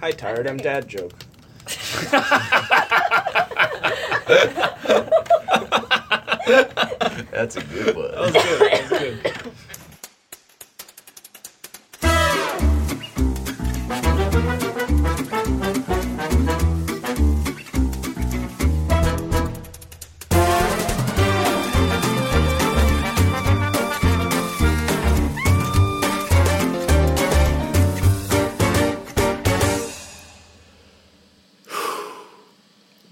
Hi, tired. I'm dad joke. That's a good one. That was good. That was good.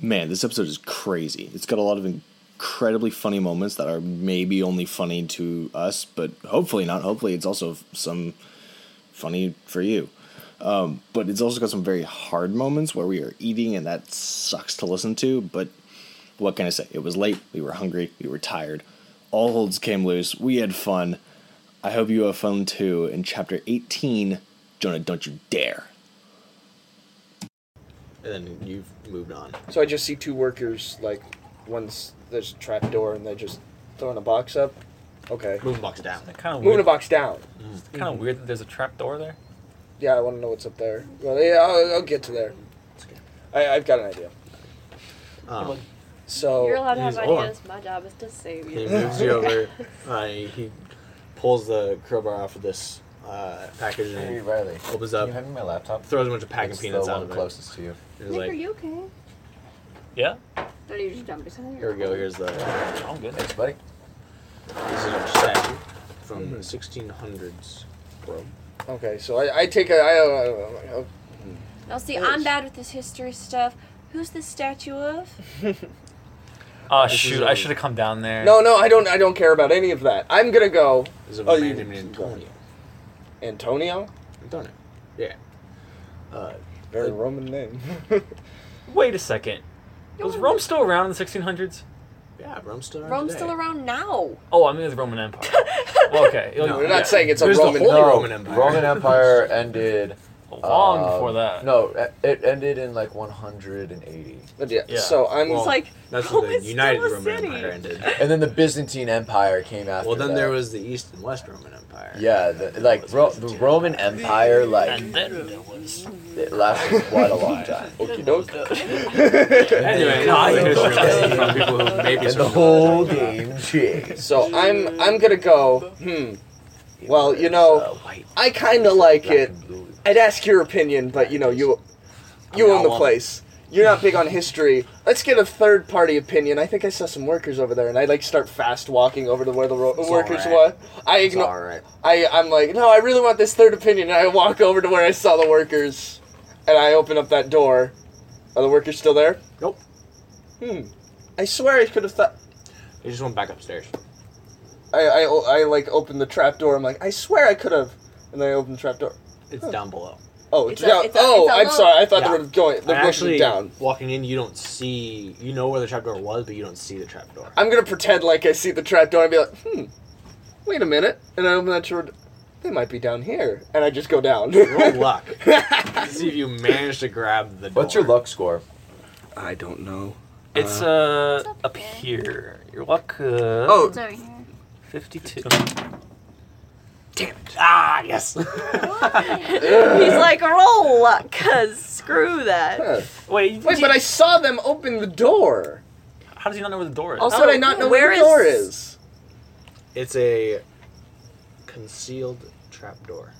Man, this episode is crazy. It's got a lot of incredibly funny moments that are maybe only funny to us, but hopefully not. Hopefully, it's also f- some funny for you. Um, but it's also got some very hard moments where we are eating, and that sucks to listen to. But what can I say? It was late. We were hungry. We were tired. All holds came loose. We had fun. I hope you have fun too. In chapter 18, Jonah, don't you dare. And then you've moved on. So I just see two workers, like, one's, there's a trap door and they're just throwing a box up. Okay. Moving box down. Kind of Moving a weird. box down. Kind of weird that there's a trap door there. Yeah, I want to know what's up there. Well, yeah, I'll, I'll get to there. I, I've got an idea. Um, You're So, allowed to have He's on. ideas. My job is to save he you. moves you over. Uh, he pulls the crowbar off of this uh, package Hey, and Riley. opens up, you having my laptop? throws a bunch of packing It's peanuts the out one of it. closest to you. He's Nick, are like, you okay? Yeah, Don't you just jump something? here we go. Here's the this I'm good. Thanks, buddy. is our statue from Hmm. the 1600s. Bro. okay, so I, I take a, I, uh, Now, see, Yes. I'm bad with this history stuff. Who's this statue of? Oh This is shoot! a- I should have come down there. no, no, I don't, I don't care about any of that. I'm gonna go, Is of Oh, a you- man named Antonio. Antonio? Antonio. Yeah. Uh, Very Roman name. Wait a second. Was Rome still around in the 1600s? yeah, Rome's still around. Rome's today. still around now. Oh, I mean the Roman Empire. well, okay, No, We're yeah, not saying it's a There's the Roman whole- name. No, Roman Empire. Roman Empire ended long um, before that. No, it- it ended in like 180, Yeah, Yeah. So I'm, Well, It's like That's Rome Oh, when the is still United a Roman city. Empire ended. and then the Byzantine Empire came after. Well, then that. there was the East and West Roman Empire. Yeah, the, like Ro- the Roman Empire, like And then there was. it lasted quite a long time. Okie doke. Anyway, No, I hear what you're saying. from people who maybe And the whole game changed. So I'm, I'm gonna go, hmm, Well, you know, Uh, white, I kinda like black, it. and blue. I'd ask your opinion, but you know you you I mean, own I the want- place. You're not big on history. Let's get a third party opinion. I think I saw some workers over there, and I like start fast walking over to where the ro- It's workers all right. were. I It's all ignore. right. I I'm like, no, I really want this third opinion. And I walk over to where I saw the workers, and I open up that door. Are the workers still there? Nope. Hmm. I swear I could have thought. They just went back upstairs. I, I o- I, like open the trap door. I'm like, I swear I could have. And then I open the trap door. It's down below. Oh, It's it's, a- down. it's a- oh, it's a I'm low- sorry. I thought Yeah. they were going. And They're actually down. walking in, you don't see. You know where the trapdoor was, but you don't see the trapdoor. I'm gonna pretend like I see the trapdoor and be like, hmm, wait a minute. And I open that door, they might be down here. And I just go down. Roll Oh, luck. see if you manage to grab the. Door. What's your luck score? I don't know. It's uh, up here. Your luck. Uh, Oh. It's over here. 52. Ah, yes. He's like, roll, cause screw that. Wait, Wait, but I saw them open the door. how does he not know where the door is? Also, did I not know where, Oh, where the door is- is? it's a concealed trapdoor,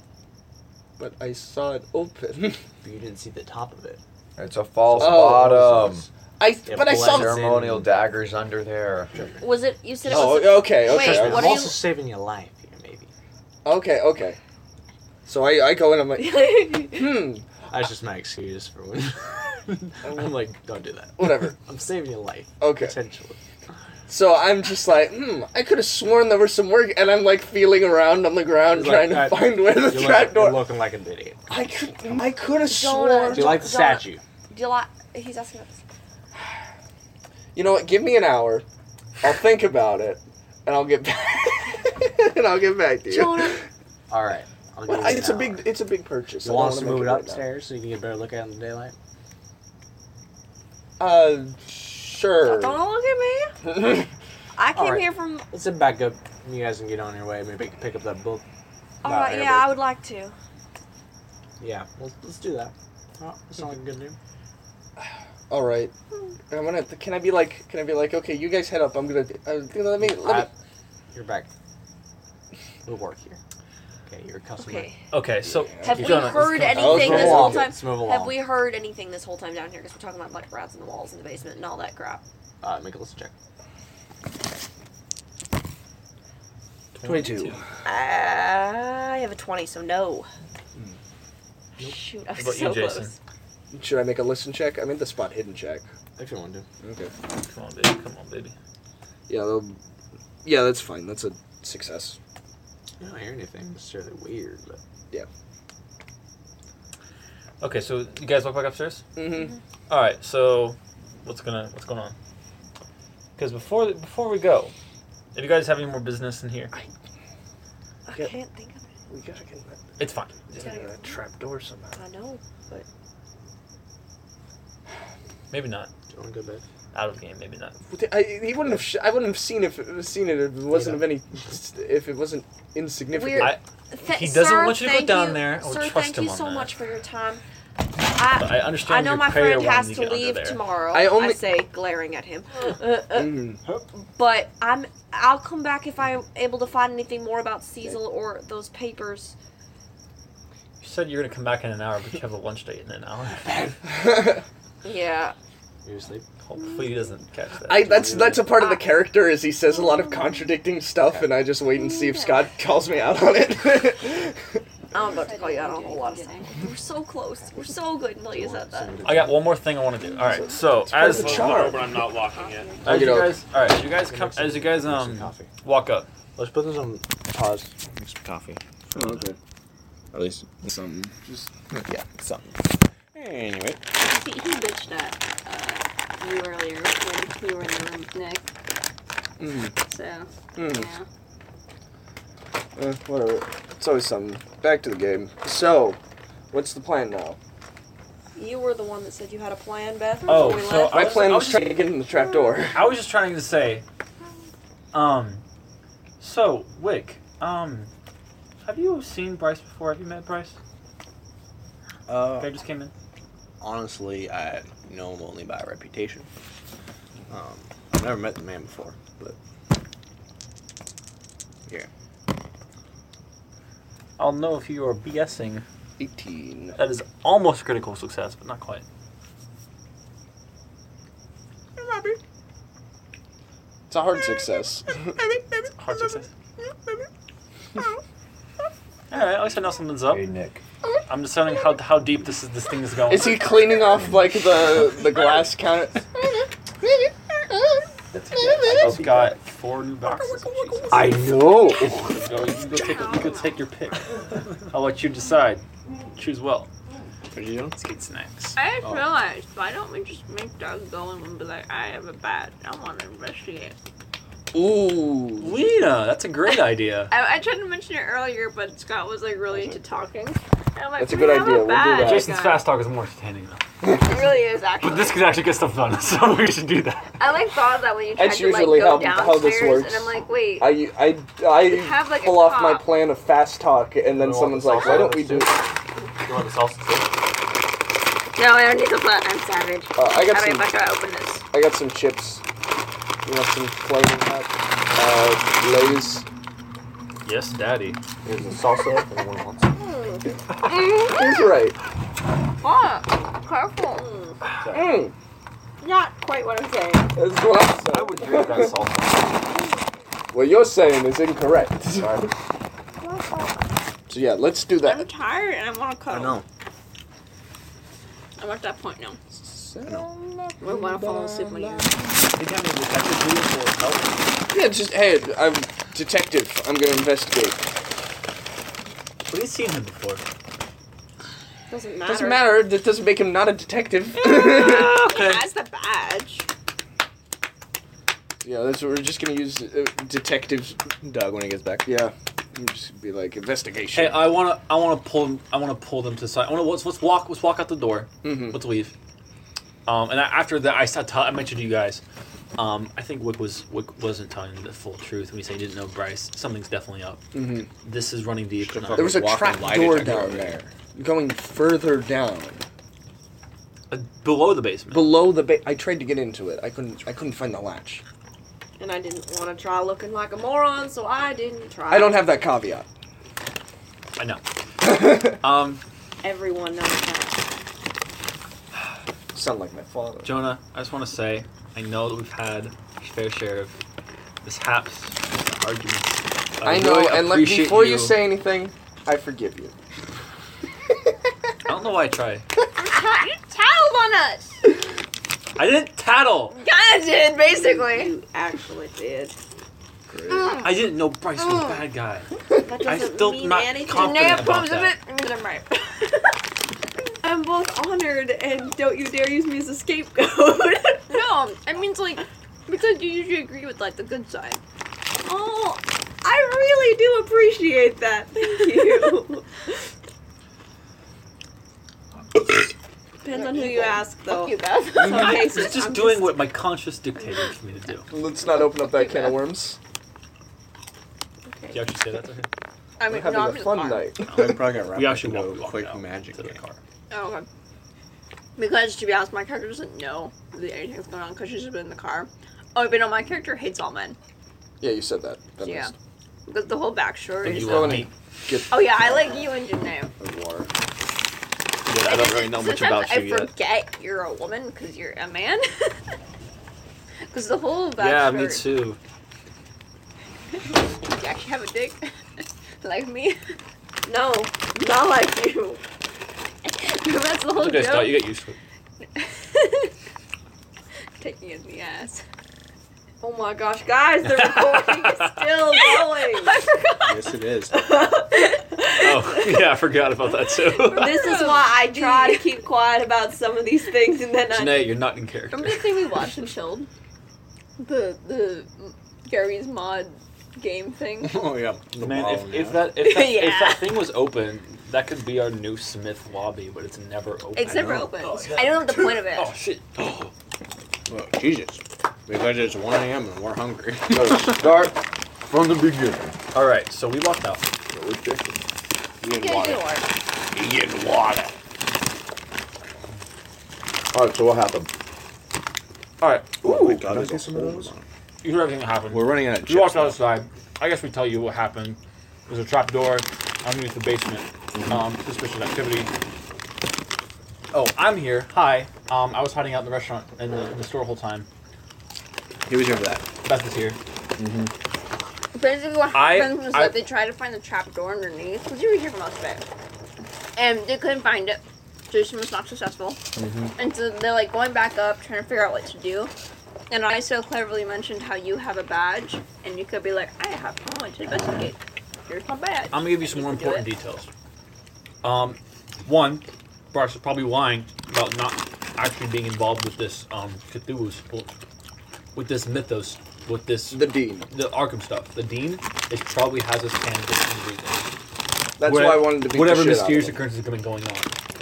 But I saw it open. but you didn't see the top of it. It's a false Oh. bottom. I Yeah, but I saw. blender. Ceremonial daggers under there. Was it? You said it was. Oh, okay, okay, Wait, Trust me, okay, what I'm are also you- saving your life here, maybe. okay, So I, I go in. I'm like, hmm, That's just my excuse for when. I'm like, don't do that. whatever. I'm saving your life. Okay. Potentially. So I'm just like, hmm, I could have sworn there was some work, and I'm like feeling around on the ground You're trying like, to "That- find where the You're, trap look, door. you're looking like an idiot. I could, I could Jonah, have sworn. Do you like the Don't- don't- statue? Do you like? He's asking about this. You know what? Give me an hour. I'll think about it, and I'll get back. and I'll get back to you. Jonah, All right. I'll give Well, you I- an it's a hour. big, it's a big purchase. You I want us don't to wanna move make it right upstairs so you can get a better look at it in the daylight? now. Uh, sure. don't look at me. I came All right. here from. It's a backup. You guys can get on your way. Maybe you can pick up that book. All about right, yeah, Arabic. I would like to. Yeah, let's, let's do that. Oh, that's not like good news. All right. I'm gonna. Can I be like? Can I be like? Okay, you guys head up. I'm gonna. Uh, let me. Let me. You're back. We'll work here. Okay, you're a customer. Okay. Okay, so Have Keep we going. heard Let's go. anything this Let's move whole along. time? Let's move Have along. we heard anything this whole time down here? Because we're talking about like rats in the walls and the basement and all that crap. Uh, make a listen check. 22. I have a twenty, so no. Hmm. Shoot, I was How about so you, close. Jason? Should I make a listen check? I mean the spot hidden check. If you want to. Okay. come on, baby, come on, baby. Yeah. They'll, yeah, that's fine. That's a success. I don't hear anything necessarily weird, but Okay, so you guys walk back upstairs. Mm-hmm. All right, so what's gonna what's going on? Because before before we go, if you guys have any more business in here, I Yeah. can't think of it. We gotta get that, it's fine. we gotta get that trap door somehow. I know. Maybe not do you want to go back? out of game. Maybe not. I, he wouldn't have. Sh- I wouldn't have seen if it was seen it if it wasn't of any. If it wasn't insignificant. We're- I, Th- He doesn't sir, want you to go thank down you- there. I would Sir, trust thank him you on so that. much for your time. but I, I understand. I know your my prayer friend wanted has to to get under leave there. tomorrow. I I only- say, glaring at him. Uh, uh, Mm. but I'm. I'll come back if I'm able to find anything more about Cecil or those papers. You said you were gonna come back in an hour, but you have a lunch date in an hour. Mm-hmm. Yeah. You're asleep? Hopefully, he doesn't catch that. I that's that's a part of the character is he says a lot of contradicting stuff, and I just wait and see if Scott calls me out on it. I'm about to Oh, call you out on a whole lot of stuff. We're so close. We're so good until you said that. I got one more thing I want to do. All right, so part of as the charm. but I'm not locking it. as you Okey-doke. guys, all right, you guys come as you guys Make some um coffee. walk up. Let's put this on pause. Make some coffee. oh, okay. At least something. Just yeah, something. Anyway, He, he bitched at uh, you earlier when you were in the room with Nick. Mm, So, Hmm. yeah. Eh, mm, whatever. It's always something. Back to the game. So, what's the plan now? You were the one that said you had a plan, Beth. Oh, when we so left. My I was- plan I was was trying to get in the trap door. I was just trying to say, um, so Wick, um, have you seen Bryce before? Have you met Bryce? Uh, I just came in. honestly, I know him only by reputation. Um, I've never met the man before, but yeah. I'll know if you are BSing. 18. That is almost critical success, but not quite. It's a hard success. Hard success. All right, at least I know something's up. Hey, Nick. I'm discerning how how deep this is this thing is going. Is he cleaning off like the the glass counter? I've got four new boxes. I know. Jesus. Go, you, go take, you go take your pick. I'll let you decide. Choose well. what are you doing? Let's get snacks. I Oh. just realized, why don't we just make Doug go in and be like, I have a bat. I want to investigate. Ooh. Lena, that's a great idea. I, I tried to mention it earlier, but Scott was like really into talking. And I'm like, That's a "We good have idea, we'll do bat, that." Jason's guys." fast talk is more entertaining though. It really is actually. But this could actually get stuff done, so we should do that. I like thought of that when you tried That's to like usually go how- downstairs, how this works. and I'm like, wait, I I I have, like, a pull off my cop. plan of fast talk, and then want someone's the like, sauce "Why don't on we this do?" Uh, You want the salsa? no, I don't need the butt. I'm savage. Uh, I got I mean, some. why should I open this? I got some chips. You want some floating up? Uh, Lay's. Yes, Daddy. Here's a salsa and one once. He's right. Fuck, careful. Mm, Not quite what I'm saying. that's what I'm saying. I would drink that salsa. What you're saying is incorrect. so yeah, let's do I'm that. tired and I want to cuddle. I know. I'm at that point now. I want to fall asleep when you. Anytime there's a detective duty or help, Yeah, just hey, I'm detective. I'm gonna investigate. What have you seen him before? Doesn't matter. Doesn't matter. That doesn't make him not a detective. He has the badge. yeah, that's what we're just gonna use uh, detectives. Doug when he gets back. Yeah, you just be like Hey, investigation. I wanna, I wanna pull, them- I wanna pull them to the side. I wanna let's, let's walk, let's walk out the door. Mhm. Let's leave. Um, and I, after that, I said, I mentioned to you guys. Um, I think Wick was Wick wasn't telling the full truth when he said he didn't know Bryce. Something's definitely up. Mhm. Mm-hmm. This is running deep. and I'm- There was a Walk and trap light door detector down over there, going further down. Uh, below the basement. below the ba- I tried to get into it. I couldn't I couldn't find the latch. And I didn't want to try looking like a moron, so I didn't try. I don't have that caveat. I know. um, Everyone knows that. Sound like my father. Jonah, I just want to say I know that we've had a fair share of mishaps, arguments. I know, really and like appreciate before you. say anything, I forgive you. I don't know why I tried. You tattled on us. I didn't tattle. Kind of did, basically. You actually did. I didn't know Bryce was a bad guy. That Oh. doesn't I still mean not anything. confident Now about comes of that. it. means I'm right. I'm both honored and don't you dare use me as a scapegoat. No, it means like because you usually agree with like the good side. oh, I really do appreciate that. Thank you. Depends on who you ask, though. Fuck you, Beth. So in I was case just I'm doing what my conscience dictated for me to do. Let's not open up that can of worms. You actually say that to him? I We're mean, having no, I'm a just fun fine. night. I probably got We wrapped up actually into walked a walked quick out magic to the game. car. Oh, okay. Because to be honest, my character doesn't know that anything's going on because she's just been in the car. Oh, but no, my character hates all men. Yeah, you said that. that yeah, was- because the whole backstory. Think Is you Go want in me? and get oh yeah, I like you and Janae. the water. Yeah, I don't really know much Sometimes about you I yet. forget you're a woman because you're a man. Because the whole backstory. Yeah, me too. You actually have a dick, like me. No, not like you. That's the whole It's okay, Scott. joke. You get used to it. Taking it in the ass. Oh my gosh, guys, the recording is still going. I forgot. Yes, it is. Oh, yeah, I forgot about that too. This is why I try to keep quiet about some of these things, and then I Janae, you're not in character. Remember the thing we watched and chilled? The the Gary's mod game thing. Oh yeah. The Man, wall if, and if that if that, if Yeah. that thing was open, that could be our new Smith lobby, but it's never open. It's never know. open. Oh, yeah. I don't know the point of it. Oh shit! Oh, Well, Jesus, because it's 1 a.m. and we're hungry. Start from the beginning. all right. So we walked out. Get Yeah, you water. are. Get water. All right, so what happened? All right. Oh my Ooh, God, can I there's see a some of whole those? lot. You heard everything that happened. We're running out of we chips. walked now. outside. I guess we tell you what happened. There's a trap door underneath the basement. Mm-hmm. Um, suspicious activity. Oh, I'm here. Hi. Um, I was hiding out in the restaurant in the, in the store the whole time. He was here for that. Beth is here. Basically, what I- happened was I- that they tried to find the trap door underneath because you were here for most of it, and they couldn't find it. Jason was not successful, Mm-hmm. and so they're like going back up trying to figure out what to do. And I so cleverly mentioned how you have a badge, and you could be like, "I have knowledge to investigate. Here's my badge." I'm gonna give you some more You can do important details. Um, one, Bryce is probably lying about not actually being involved with this um Cthulhu's with this mythos, with this The dean. the Arkham stuff. The Dean is probably has his hand in the reason. That's What- why I wanted to be whatever the shit mysterious out of him. occurrences have been going on,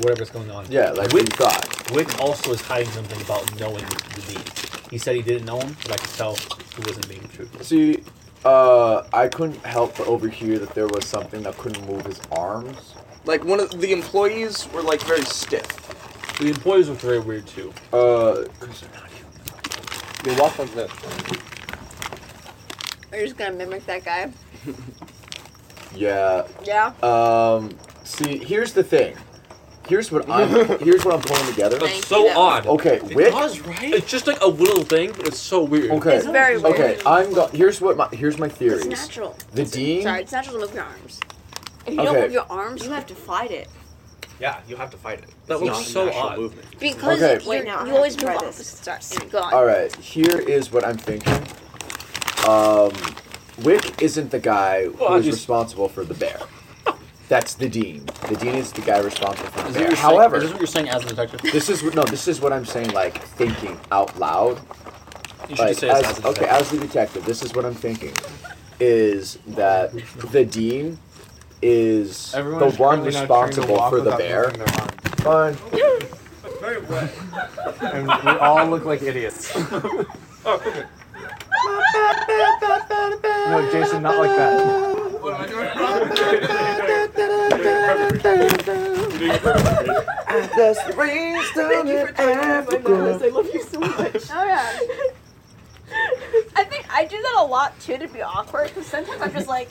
whatever's going on. Yeah, like we Wick, thought. Wick also is hiding something about knowing the Dean. He said he didn't know him, but I could tell he wasn't being truthful. See, uh, I couldn't help but overhear that there was something that couldn't move his arms. Like one of the employees were like very stiff. The employees looked very weird too. Uh, 'cause they're not human. They walk like this. We're just gonna mimic that guy. Yeah. Yeah. Uh, Um. See, here's the thing. Here's what I'm. here's what I'm pulling together. Thank so you. odd. Okay, Wick. It's just like a little thing, but it's so weird. Okay. It's very weird. Okay, I'm go- Here's what my. Here's my It's theories. natural. The It's- dean- Sorry, it's natural to move your arms. If you Okay. don't move your arms, you have to fight it. Yeah, you have to fight it. That It's looks not so natural odd. Movement. because Okay. you're- Wait, now I you have always to move try opposite this. sides. Go on. All right. Here is what I'm thinking. Um, Wick isn't the guy who Well, I is just- responsible for the bear. That's the dean. The dean is the guy responsible for the Is that what bear. you're saying- However, is that what you're saying as a detective? You this is what- no. This is what I'm saying. Like thinking out loud. should Like, just say as, as- as a okay, detective. as the detective, this is what I'm thinking: is that the dean is the one responsible for the bear. Fine. and we all look like idiots. no, Jason, not like that. Doing it perfectly. That's the rainstorm in Africa. I love you so much. Oh yeah. I think I do that a lot too to be awkward because sometimes I'm just like.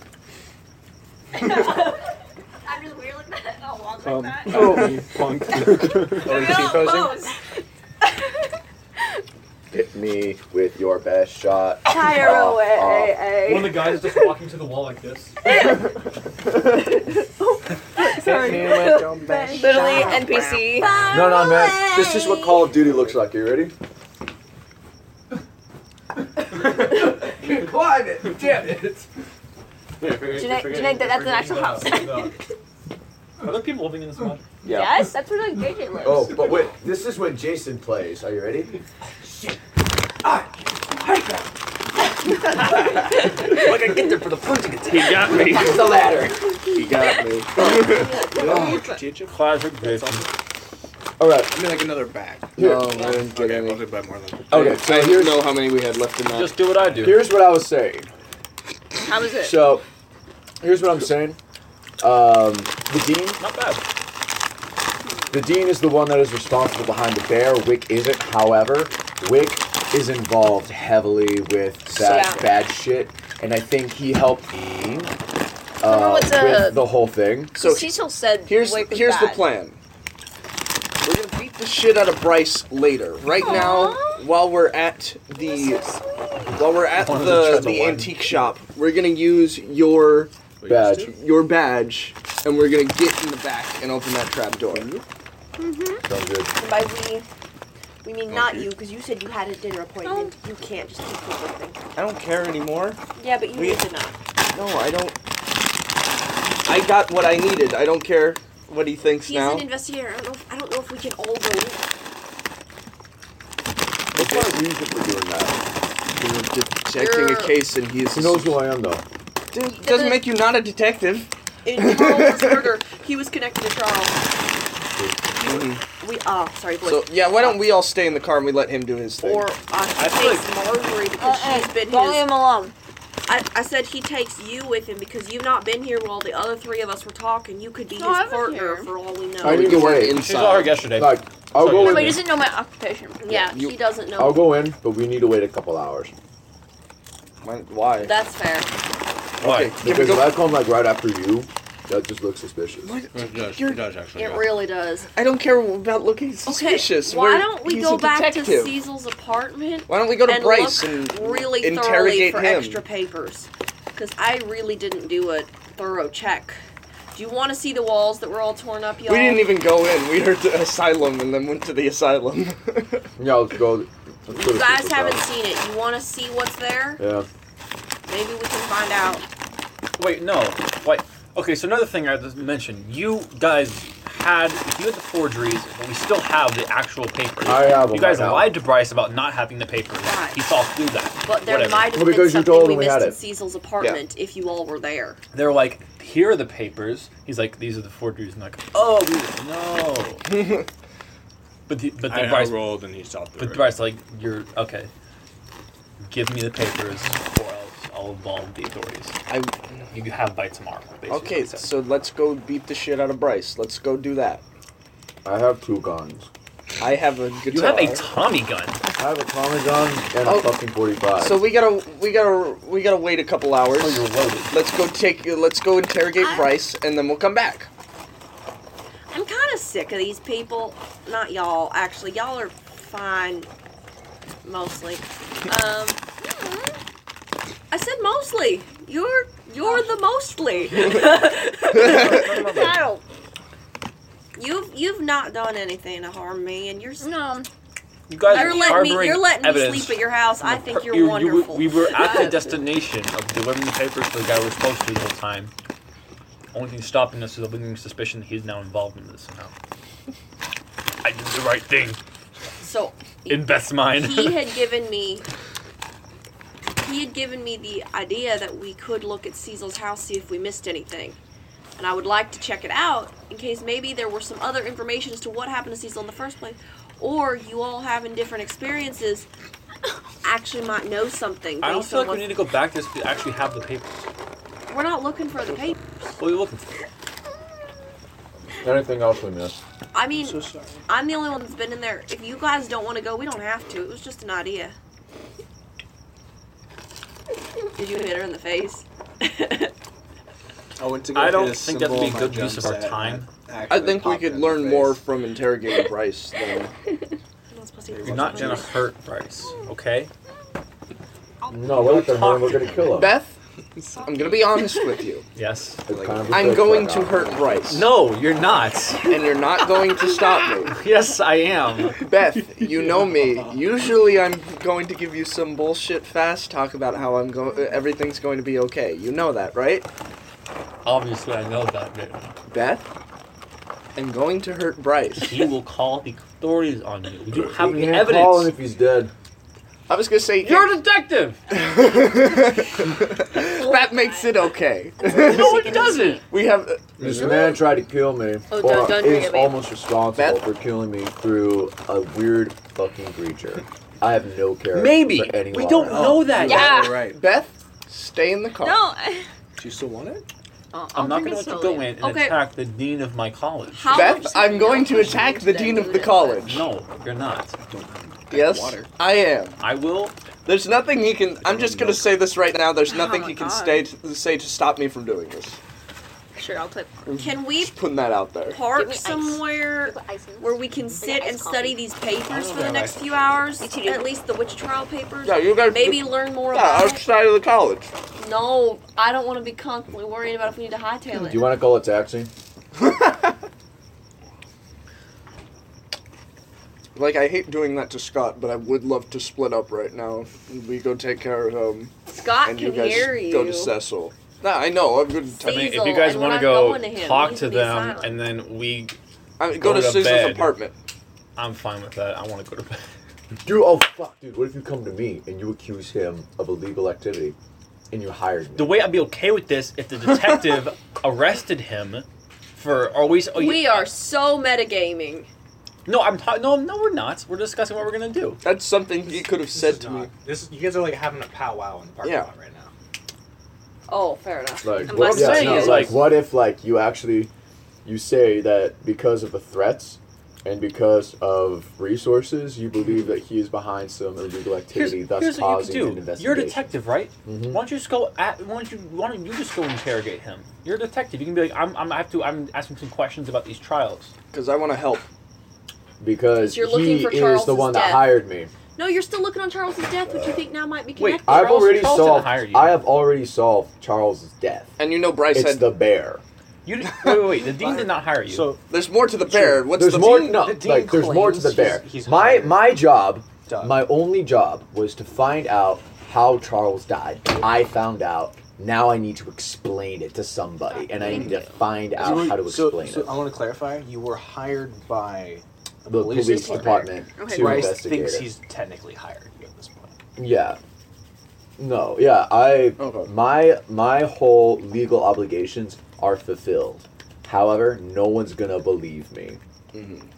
I'm just weird like that. I'll walk like that. Oh, punk. Oh, is he posing? Hit me with your best shot. Tire Uh, Ah, away. One of the guys is just walking to the wall like this. Sorry. Literally NPC. No, no, man. This is what Call of Duty looks like. You ready? Climb it! Damn it! Janae, Janae, that- that's an actual house. Are there people living in this mod? Yes, that's where like JJ lives. Oh, but wait. This is when Jason plays. Are you ready? Like I get there for the punch and He got me. The ladder. He got me. Classic bitch. All right. I mean, like another bag. Here. No, I didn't get Okay, any. I'll do by more than. Okay. So I here's didn't know how many we had left in that. Just do what I do. here's what I was saying. How was it? So here's what I'm saying. Um, the dean Not bad. The dean is the one that is responsible behind the bear. Wick isn't, however. Wick is involved heavily with that Yeah. bad shit, and I think he helped Dean Remember uh, what's a- with the whole thing. So Cecil said here's Wake was here's the bad. plan. We're gonna beat the shit out of Bryce later. Right now, while we're at the while we're at One of the the treadle the one. antique shop, we're gonna use your Badge. your badge, and we're gonna get in the back and open that trap door. Sounds good. And by we, we Oh, mean not you, because you said you had a dinner appointment. You can't just keep everything. I don't care anymore. Oh. Yeah, but you We- did not. No, I don't. I got what I needed. I don't care what he thinks He's now. an investigator. I don't know. If, I don't know if we can all go. What's my reason for doing that? You're detecting a You're- case, and he's He knows who I am, though. Dude, doesn't make you not a detective. In Charles' murder, he was connected to Charles. We are sorry, boys. Mm-hmm. So yeah, why don't we all stay in the car and we let him do his thing? or uh, he I feel takes Marjorie uh, because Uh-uh. she's been Don't leave his. him alone. I, I said he takes you with him because you've not been here while the other three of us were talking. You could be No, I his was partner here. for all we know. I we need can to work wait. She saw her inside. yesterday. Like, I'll So go you- But he with. doesn't know my occupation. Yeah, you- he doesn't know. I'll go in, but we need to wait a couple hours. Why? why? That's fair. Okay, can we Because if go? I come like right after you, that just looks suspicious. What? does. You're- does actually. It really does. I don't care about looking suspicious. Why We're- don't we he's go a back to detective. Cecil's apartment Why don't we go to and Bryce look and really thoroughly interrogate for him? extra papers? Because I really didn't do a thorough check. Do you want to see the walls that were all torn up, y'all? we didn't even go in. We heard the asylum and then went to the asylum. Yeah, let's go. Let's go You to guys Cecil's haven't house. seen it. You want to see what's there? Yeah. Maybe we can find out. Wait, no. Wait. Okay, so another thing I had to mention. You guys had you had the forgeries, but we still have the actual papers. I have You them guys right now. lied to Bryce about not having the papers. Right. He saw through that. But there Whatever. might have Well, been because you something told we him we missed had in it. Cecil's apartment if you all were there. They were like, here are the papers. He's like, these are the forgeries. And like, oh, we no. but the, but I, then I Bryce, rolled and he saw through but it. Bryce, like, you're okay. Give me the papers, or else I'll involve the authorities. I, You have by tomorrow. Basically. okay, So- so let's go beat the shit out of Bryce. Let's go do that. I have two guns. I have a guitar. you have a Tommy gun. I have a Tommy gun and Oh. a fucking 45. so we gotta we gotta we gotta wait a couple hours. Oh, you're loaded. Let's go take. Let's go interrogate Bryce, and then we'll come back. I'm kind of sick of these people. Not y'all, actually. Y'all are fine, mostly. Um, I said mostly. You're you're the mostly. Battle. you've you've not done anything to harm me, and you're s- No. You guys you're are letting me harboring you're letting evidence. me sleep at your house. I think you're You- you were- wonderful. we were at the destination of delivering the papers to the guy we were supposed to the whole time. Only thing stopping us is the lingering suspicion that he's now involved in this somehow. I did the right thing so in best mind. he had given me he had given me the idea that we could look at Cecil's house see if we missed anything. And I would like to check it out in case maybe there were some other information as to what happened to Cecil in the first place. Or you all having different experiences actually might know something. I don't based feel on like we what- need to go back to this to actually have the papers. We're not looking for the paper. What are you looking for? Anything else we missed? I mean, so sorry. I'm the only one that's been in there. If you guys don't want to go, we don't have to. It was just an idea. Did you hit her in the face? I went to I don't hit a think that'd be symbol, good my use of our gun sat time. and it I actually think we popped could in the learn face. more from interrogating Bryce than You're not gonna hurt Bryce, okay? No, we're not gonna hurt him. We're gonna kill him. Beth. I'm gonna be honest with you. Yes. It's kind of a I'm good going plan, to Robert. hurt Bryce, No, you're not. and you're not going to stop me. Yes, I am. Beth, you know me. Usually, I'm going to give you some bullshit fast talk about how I'm going. Everything's going to be okay. You know that, right? Obviously, I know that. but Beth, I'm going to hurt Bryce. He will call the authorities on you. We don't have You any can't call him Oh, evidence. if he's dead. I was gonna say You're a detective. that makes it okay. No, it doesn't. we have uh, This man tried to kill me, Oh, or don't- don't drink is it, babe. almost responsible Beth? for killing me through a weird fucking creature. I have no character. Maybe for anyone Oh. we don't around. know that. yet. Yeah. Right. Beth. Stay in the car. No. Do you still want it? I'm not going to let you go in and Okay. attack the dean of my college. How Beth, much- I'm going to attack the dean of the college. No, you're not. Yes, Water. I am. I will. There's nothing he can. I'm just gonna say this right now. There's Oh nothing my he can God. stay to, say to stop me from doing this. Sure, I'll put Can we Just putting that out there. park me ice. somewhere ice in where we can sit iced and study coffee. these papers for Yeah, the next ice. few hours? too, dude. At least the witch trial papers. Yeah, you guys. Maybe learn more Yeah, about. outside of the college. it. No, I don't want to be constantly worried about if we need to hightail Do it. you want to call a taxi? Like I hate doing that to Scott, but I would love to split up right now. We go take care of him, Scott and can you guys hear you. go to Cecil. Nah, I know. I'm good. See? T- I mean, if Cecil, you guys and want we're to not go going to him. talk He's to gonna be them, silent. and then we, I mean, go, Go to, to Cecil's bed. apartment. I'm fine with that. I want to go to bed. Dude, oh fuck, dude. What if you come to me and you accuse him of illegal activity, and you hired me? The way I'd be okay with this if the detective arrested him for are we? Are you- We are so metagaming. No, I'm ta- no, no, we're not. We're discussing what we're gonna do. That's something he could have This said is to not- me. This you guys are like having a powwow in the parking Yeah. lot right now. Oh, fair enough. Like, I'm what, glad yeah, to see saying no, is, you. like, like- what if like you actually you say that because of the threats and because of resources, you believe that he is behind some illegal Here's, activity, thus here's what causing you an could do. investigation. You're a detective, right? Mhm. Why don't you just go? At, why don't you? Why don't you just go interrogate him? You're a detective. You can be like, I'm. I'm I have to. I'm asking some questions about these trials. Because I want to help. because You're looking he for is the Charles's one that death. hired me. No, you're still looking on Charles's death, which you think now might be Wait, connected. I've Charles- already Charles didn't solved. hire you. I have already solved Charles's death. And you know, Bryce It's said the bear. You did, wait, wait, wait. The dean did not hire you. So there's more to the bear. What's there's the more. Dean? no, the dean like there's more to claims the bear. he's- he's my hired. my job, Doug. my only job was to find out how Charles died. I found out. Now I need to explain it to somebody, and I need to find you out were- how to so- explain so I it. want to clarify. You were hired by The police, department Okay. to Bryce investigate thinks it. he's technically hired you at this point. Yeah. No. Yeah. I Okay. my my whole legal obligations are fulfilled. However, no one's gonna believe me.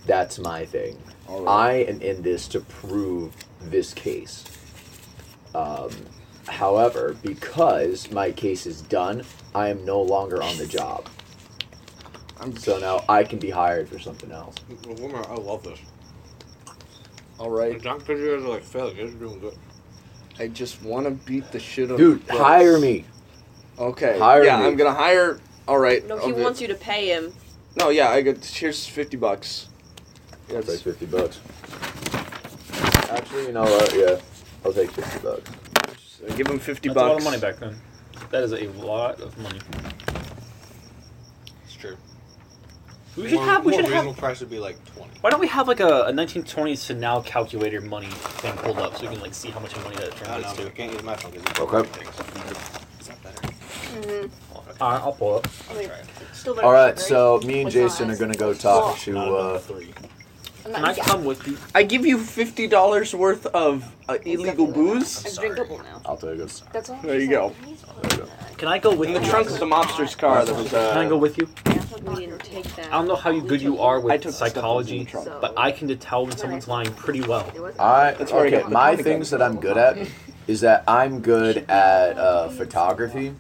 That's my thing. Mm-hmm. All I am in this to prove this case. Um, however, because my case is done, I am no longer on the job. I'm- So now I can be hired for something else. I love this. All right. It's not because you guys are like failing. You guys are doing good. I just want to beat the shit out Dude, of Bryce. hire me. Okay. Hire yeah, me. I'm gonna hire. All right. No, he okay. wants you to pay him. No, yeah, I got. Here's fifty bucks. I'll take That's, fifty bucks. Actually, you know what? Yeah, I'll take fifty bucks. I give him fifty That's a bucks. lot of money back then. That is a lot of money. It's true. We should have. We should have. reasonable price would be like twenty. Why don't we have like a, a 1920s to now calculator money thing pulled up so we can like see how much money I that don't know, translates but I to? can't use my phone because it's Okay. Is that better? All right, I'll pull up. I'll try it. Still better All right, than so me and What's Jason on are us? gonna go talk to. Uh, three. I'm Can I not yeah, come with you? I give you fifty dollars worth of uh, illegal booze. it's drinkable now. I'll take it. That's all. There you go. Can I go with In you? the trunk of the mobster's car, that was. Uh, Can I go with you? We didn't take that. I don't know how you good you are I with took the stuff that was in the psychology, trunk. but I can tell when someone's lying pretty well. I That's where I okay. got the My money. things that I'm good at is that I'm good at uh, photography,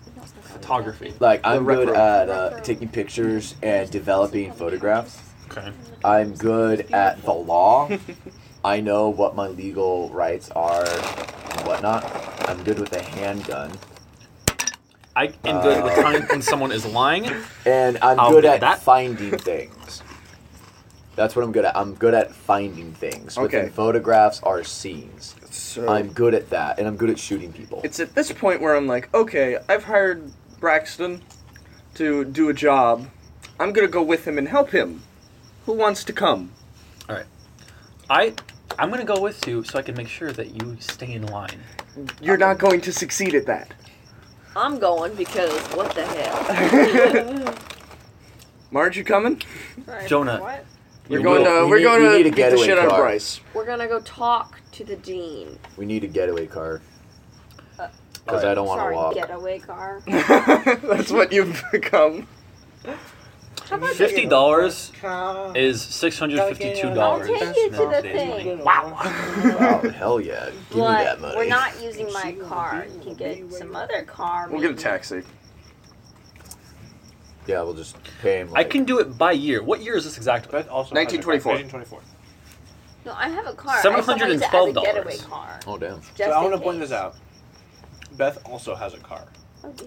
photography. Like I'm Or good recro. at uh, taking pictures and developing photographs. Okay. I'm good at the law. I know what my legal rights are and whatnot. I'm good with a handgun. I am good with time when someone is lying. And I'm I'll good get at that. finding things. That's what I'm good at. I'm good at finding things. Within Okay. photographs are scenes. So- I'm good at that, and I'm good at shooting people. It's at this point where I'm like, okay, I've hired Braxton to do a job. I'm gonna go with him and help him. Who wants to come? All right. I I'm gonna go with you so I can make sure that you stay in line. You're not going to succeed at that. I'm going because what the hell? Marge, you coming? Right, Jonah. what? We're We going need- to we we're need- going we to need a beat the getaway shit out of car. Bryce. We're gonna go talk to the dean. We need a getaway car. Uh, Because I don't want to Sorry, walk. getaway car. That's what you've become. Fifty dollars is six hundred fifty-two dollars. I'll take you to the thing. Wow, Oh, hell yeah. Give me But that money. we're not using my car. You can get some other car. We'll get a taxi. Yeah, we'll just pay him. I can do it by year. What year is this exactly? But also 1924. 1924. No, I have a car. I $712. just wanna use it as a getaway car. Oh, damn. Just so I in want to point case. this out. Beth also has a car.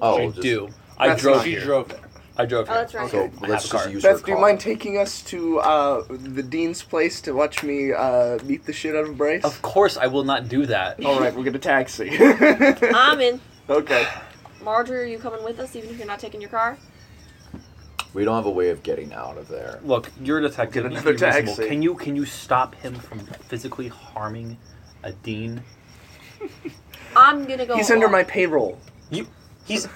Oh, I just- do. I That's drove not- She here. drove there. I drove Oh, here. that's right. So let's I have a just car. use her Beth, do you car. mind taking us to uh, the dean's place to watch me uh, beat the shit out of Bryce? Of course, I will not do that. All right, we'll get a taxi. I'm in. okay. Marjorie, are you coming with us, even if you're not taking your car? We don't have a way of getting out of there. Look, you're a detective. Get You another can be reasonable. taxi. Can you can you stop him from physically harming a dean? I'm gonna go. He's under along. my payroll. You, he's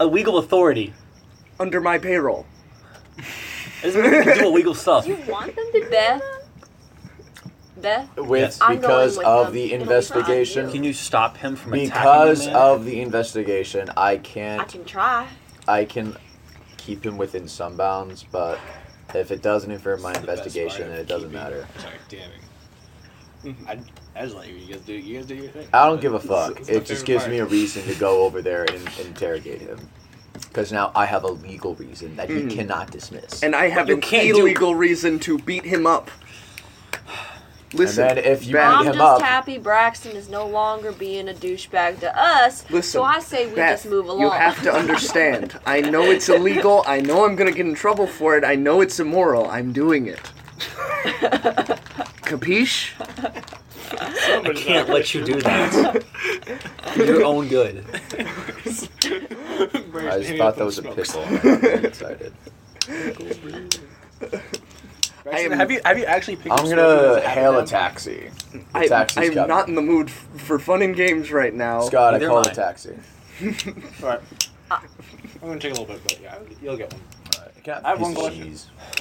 a legal authority. Under my payroll. It doesn't mean he can do illegal stuff. You want them to Beth. Beth. With Yes. I'm going because with of them. the It'll be investigation. Can you stop him from Because attacking the man? of the investigation, I I can't. can try. I can keep him within some bounds, but if it doesn't interfere my It's the best investigation, part of then it doesn't keeping- matter. Sorry, damning. I, I just let you guys do you guys do your thing. I don't give a It's- fuck. it's my It just favorite gives part. me a reason to go over there and interrogate him. Because now I have a legal reason that he cannot dismiss. And I have you an can't do- illegal reason to beat him up. Listen, then if you Beth, I'm him just up. happy Braxton is no longer being a douchebag to us. Listen, so I say we Beth, just move along. you have to understand. I know it's illegal. I know I'm gonna get in trouble for it. I know it's immoral. I'm doing it. Capiche? I can't let you do that. For your own good. I just thought that was a pickle. and I got really excited. I am, have you have you actually picked? up I'm smoking gonna as a hail a habit now? taxi. The I, taxi's I'm coming. not in the mood f- for fun and games right now. Scott, I Neither call am a I. taxi. All right. I'm gonna take a little bit, but yeah, you'll get one. I have one question.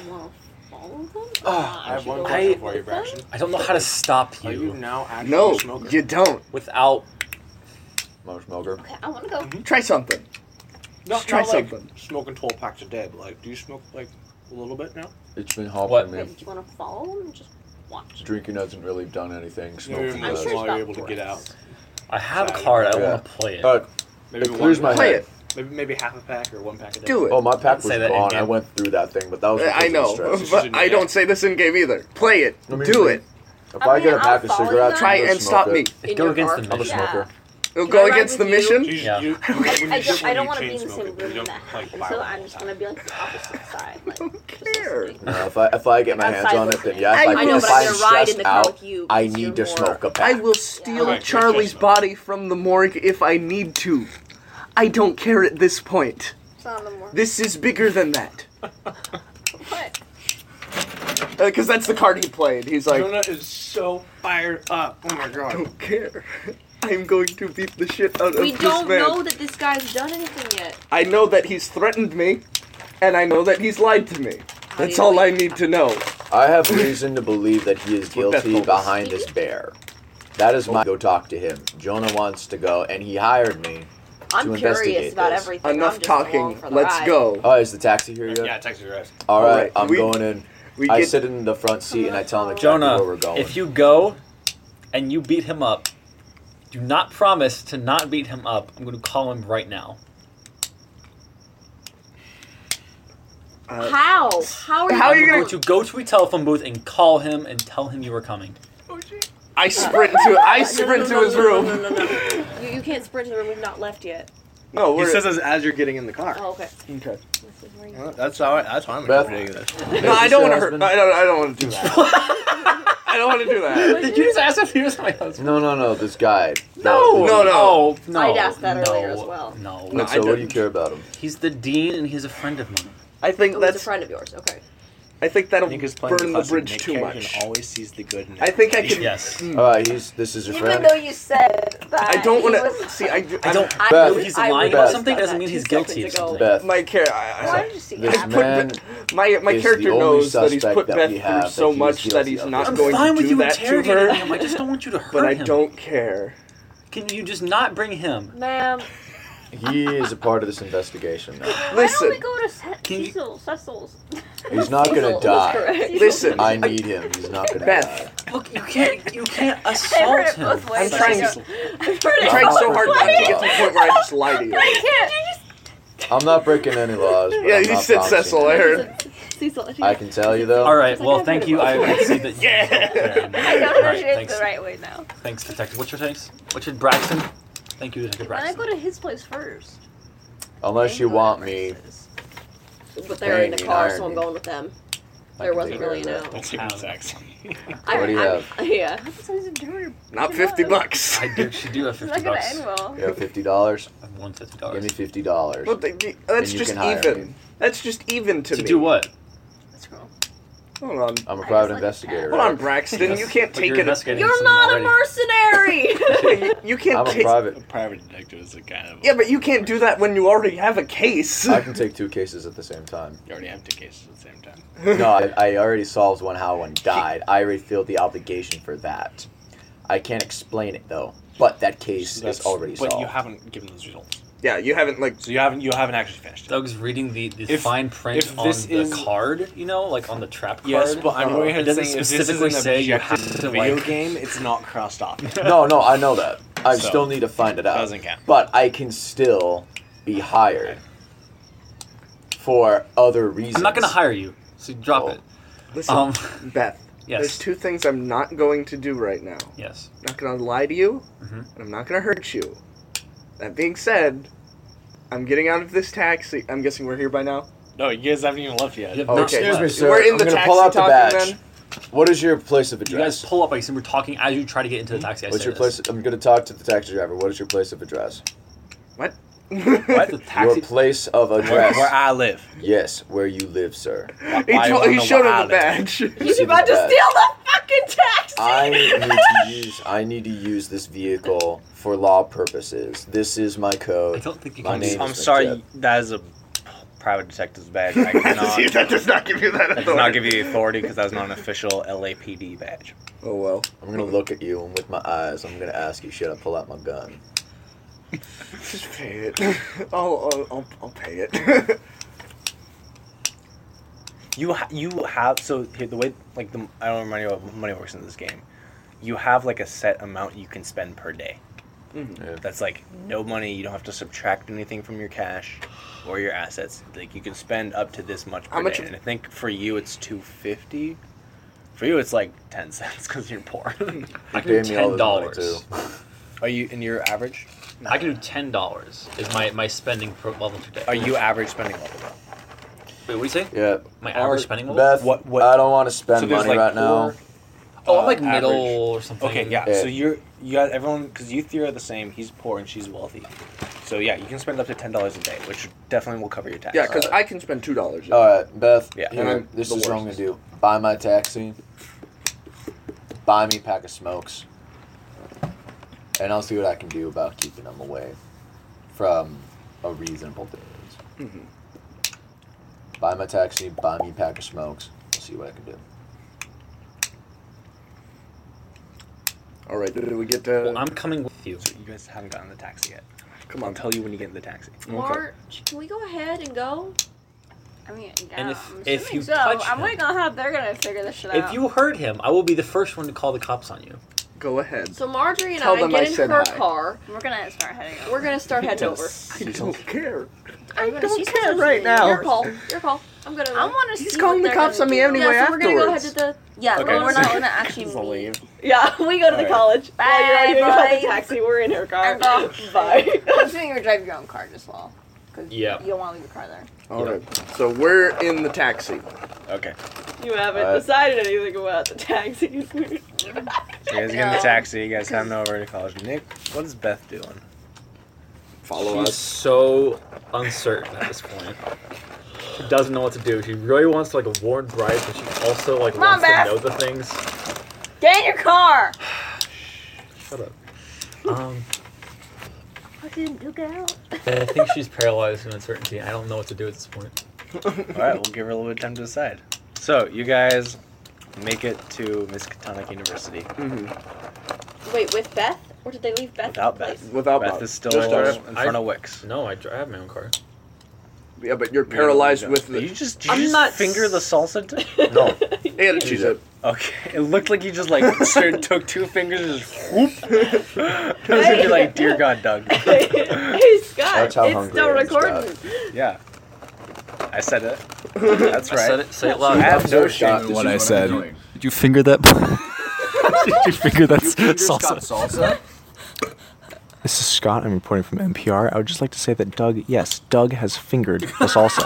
Well, follow them? Ah, Ah, I have one I- question for you, Braxton. I don't know how to stop Are you you now actually No, a smoker? you don't. without. Motor smoker. Okay, I want to go. Try something. No, Just try not like something. Smoking twelve packs a day, but like, do you smoke like a little bit now? It's been hopping What? me. Wait, do you want to follow them and just watch? Drinking hasn't really done anything. Maybe Smoking more sure does. it's while not you're able to get out. I have a card. I Yeah. want to play it. Uh, Maybe It one clears my pack. Play head. it. Maybe maybe half a pack or one pack a day. Do it. Oh, my pack was Say that gone. again. I went through that thing, but that was. because I of know, stress. This is a but new I day. don't say this in game either. Play it. I mean, Do it. If I get a I'll pack of follow you cigarettes, guys. Try I'm gonna and stop smoke me. it. It In go your against car? the I'm a mission. Yeah. smoker. It'll Can go I ride against the with you? mission. So you just- Yeah. you- when I you don't, when I you don't want to chain be in the smoke same it, you room don't, that like, happens, buy so one I'm all just the gonna be like the opposite side. Like, just care. listening. No, if I if I get my I'm hands on it, sideways. then yeah. If I I, know, if but I'm I'm gonna ride in stressed the car out, with you I because need to you're more- smoke a I pack. will steal Okay, yes, Charlie's yes, no. body from the morgue if I need to. I don't care at this point. It's not the more. This is bigger than that. What? Because Uh, that's the card he played. He's time. like, Jonah is so fired up. Oh my I god. don't care. I'm going to beat the shit out We of don't this man. know that this guy's done anything yet. I know that he's threatened me, and I know that he's lied to me. That's do all we- I need to know. I have reason to believe that he is what Beth guilty told us. behind this bear. That is my go talk to him. Jonah wants to go, and he hired me. I'm to curious investigate about this. everything. I'm Enough just along talking. for the Let's ride. go. Oh, is the taxi here yet? Yeah, text your ass. All right, Alright, I'm we- going in. we I get- sit in the front seat and I tell him exactly Jonah, where we're going. if you go and you beat him up, do not promise to not beat him up. I'm going to call him right now. Uh, How? How are you? I'm going to go to a telephone booth and call him and tell him you were coming. I sprint to I sprint to his room. No, no, no. You, you can't sprint to the room. We've not left yet. No, he says this as you're getting in the car. Oh, okay. Okay. Well, that's how. I, that's how I'm Beth. interpreting this. No, I don't want to hurt. I don't. I don't want to do that. I don't want to do that. Did you just ask if he was my husband? No, no, no. This guy. No, no, no. no, I'd asked that no, earlier as well. No, Wait, so what do you care about him? He's the dean and he's a friend of mine. I think It was a that's. friend of yours. Okay. I think that'll Nick is playing burn the cousin. bridge Nick too Carrington much. always sees the good. in I think I everything. can. Yes. Mm. Uh, he's. This is your Even friend. though you said that. I don't want he was- to see. I, do- I don't I Beth, know was- he's I lying was about Beth. something thought doesn't that mean he's two guilty of seconds ago. something. Beth. My care. I, Why did you see This that? Put man Beth- my my is character the only knows that he's suspect put that Beth we through have so that he much that is guilty he's of. not I'm going fine to with do you that to interrogating her. him. I just don't want you to hurt But I him. don't care. Can you just not bring him? Ma'am, He is a part of this investigation. now. why don't Listen, we go to Ce- Can you- Cecil, Cecil's? He's not gonna Hazel was die. correct. listen. I need him. He's not gonna die. Beth, Look, you can't. You can't I heard assault it him. both ways. I'm trying- I I've heard I it tried both so hard not to ways. get to the point where I just lie to you. I can't. I'm not breaking any laws. but Yeah, I'm you not said promising Cecil. I anything. heard. Cecil. I can tell you though. All right. It's like, Well, I've thank heard you. it I both I see that. you don't care anymore. I don't All right, understand thanks. the right way now. Thanks, detective. What's your thanks? What's your Braxton? Thank you, detective Why not Braxton. go to his place first? Unless you want me, But they're in Hey, a you car, hired so I'm me. going with them. I There can wasn't take care really of an that. out. That's even sex. I- What do you I- Yeah. Not fifty bucks. I do. She do have It's not fifty gonna bucks. end well. you have fifty dollars. I have one fifty Give dollars. me fifty dollars. Well, th- th- that's you just can hire even. me. That's just even to, To me. do what? Let's go. Hold on. I'm a I private just like investigator. that. Hold on, Right? Braxton. You can't But take you're it. investigating You're someone not a already. mercenary. You, you can't I'm a take. private. Private detective is a kind of. Yeah, but you can't do that when you already have a case. I can take two cases at the same time. You already have two cases at the same time. No, I, I already solved one how one died. I already feel the obligation for that. I can't explain it though. But that case is already But solved. you haven't given those results, yeah, you haven't like. so you haven't. You haven't actually finished. It. Doug's reading the, the If- fine print if on this the is- card, you know, like on the trap card. Yes, but I'm Uh-huh. going It ahead and doesn't saying if this is specifically an say you have objective to, video like- game, it's not crossed off. No, no, I know that. I So, still need to find it out. doesn't count. But I can still be hired for other reasons. I'm not gonna hire you, so drop Oh. it. Listen, Um, Beth. yes. There's two things I'm not going to do right now. yes. I'm not gonna lie to you, Mhm. and I'm not gonna hurt you. That being said, I'm getting out of this taxi. I'm guessing we're here by now. No, you guys haven't even left yet. You have Oh, not okay. excuse left. me, sir. We're in I'm the gonna taxi pull out the talking badge. then. What is your place of You guys address? pull up. I see we're talking as you try to get into the taxi. I What's say your this. place? I'm gonna talk to the taxi driver. What is your place of address? What? What? The taxi. Your place of Where, address. where I live. yes, where you live, sir. he, Why told- don't he know showed where I him the live? badge. You He's see about the to steal badge? the fucking taxi. I need to use I need to use this vehicle for law purposes. This is my I code. don't think you My can. name do is I'm sorry, McJeb. that is a private detective's badge. I cannot. See, that does not give you that That does not authority. give you the authority because that's not an official LAPD badge. Oh well. I'm gonna look at you and with my eyes, I'm gonna ask you, should I pull out my gun? Just pay it. I'll, I'll, I'll, I'll pay it. You ha- you have so here, the way like the I don't know money how money works in this game. You have like a set amount you can spend per day. Mm-hmm. Yeah. That's like no money. You don't have to subtract anything from your cash or your assets. Like you can spend up to this much per How much- day. And I think for you it's two fifty. For you it's like ten cents because you're poor. I Pay can do me all ten this money dollars. too. Are you and you're average? I can do ten dollars. Is my my spending per level today? Are you average spending level? though? Wait, what do you say? Yeah. My average spending level. Beth, What- what- I don't want to spend So there's, money like, right now. poor- oh, uh, I'm like middle average. or something. Okay, yeah. Yeah. So you're you got everyone because you three are the same. He's poor and she's wealthy. So yeah, you can spend up to ten dollars a day, which definitely will cover your taxes. yeah, because I can spend two dollars. All right, Beth. Yeah. here, And I'm this the is what I'm gonna worst. do. Buy my taxi. Buy me a pack of smokes. And I'll see what I can do about keeping them away from a reasonable distance. Mm-hmm. Buy my taxi. Buy me a pack of smokes. I'll see what I can do. All right. Did we get to? Well, I'm coming with you. So you guys haven't gotten in the taxi yet. Come I'll on. tell you when you get in the taxi. March, can we go ahead and go? I mean, yeah, And if- I'm if assuming you so. touch I'm him- waiting on how they're gonna figure this shit out. If you hurt him, I will be the first one to call the cops on you. Go ahead. So Marjorie and Tell I them get I in said her hi. car. We're gonna start heading. We're gonna start heading over. I don't care. I'm don't care right now. Your call. Your call. I'm gonna. I want to. He's see calling what the they're cops gonna on me do. anyway Yeah, so we're gonna go ahead to afterwards. the. Yeah, Okay. well, we're not So- gonna actually meet. Yeah, we go to the Alright. college. While you're arguing about Bye, the taxi. We're in her car. Oh, Bye. I'm assuming you're driving your own car just well. Cause Yeah. You don't want to leave your car there. All right. So we're in the taxi. Okay. You haven't Uh, decided anything about the taxis. So you guys get in the taxi. You guys heading over to college. Nick, what is Beth doing? Follow She's so uncertain at this point. She doesn't know what to do. She really wants to like warn Bryce, but she also like Come on, wants Beth. to know the things. Get in your car. Shut up. Um, I didn't do out. and I think she's paralyzed in uncertainty. I don't know what to do at this point. All right, we'll give her a little bit of time to decide. So you guys make it to Miskatonic University. Wait, with Beth? Or did they leave Beth? Without Beth. Without Beth Beth. is still Just us. in front I- of Wix. No, I, dri- I have my own car. Yeah, but you're paralyzed No, with the. You just, did you I'm just not finger the salsa? T- no. And she's a. Okay. It looked like you just like straight took two fingers and just whoop. I was gonna be like, dear God, Doug. hey, Scott. That's how it's hungry still I am, Scott. recording. Yeah. I said it. That's I right. said it. Say it loud. I have no Observe, shame Scott. in This what is I what I'm said. doing. Did you finger that? Did you finger that salsa? This is Scott. I'm reporting from NPR. I would just like to say that Doug, yes, Doug has fingered the salsa.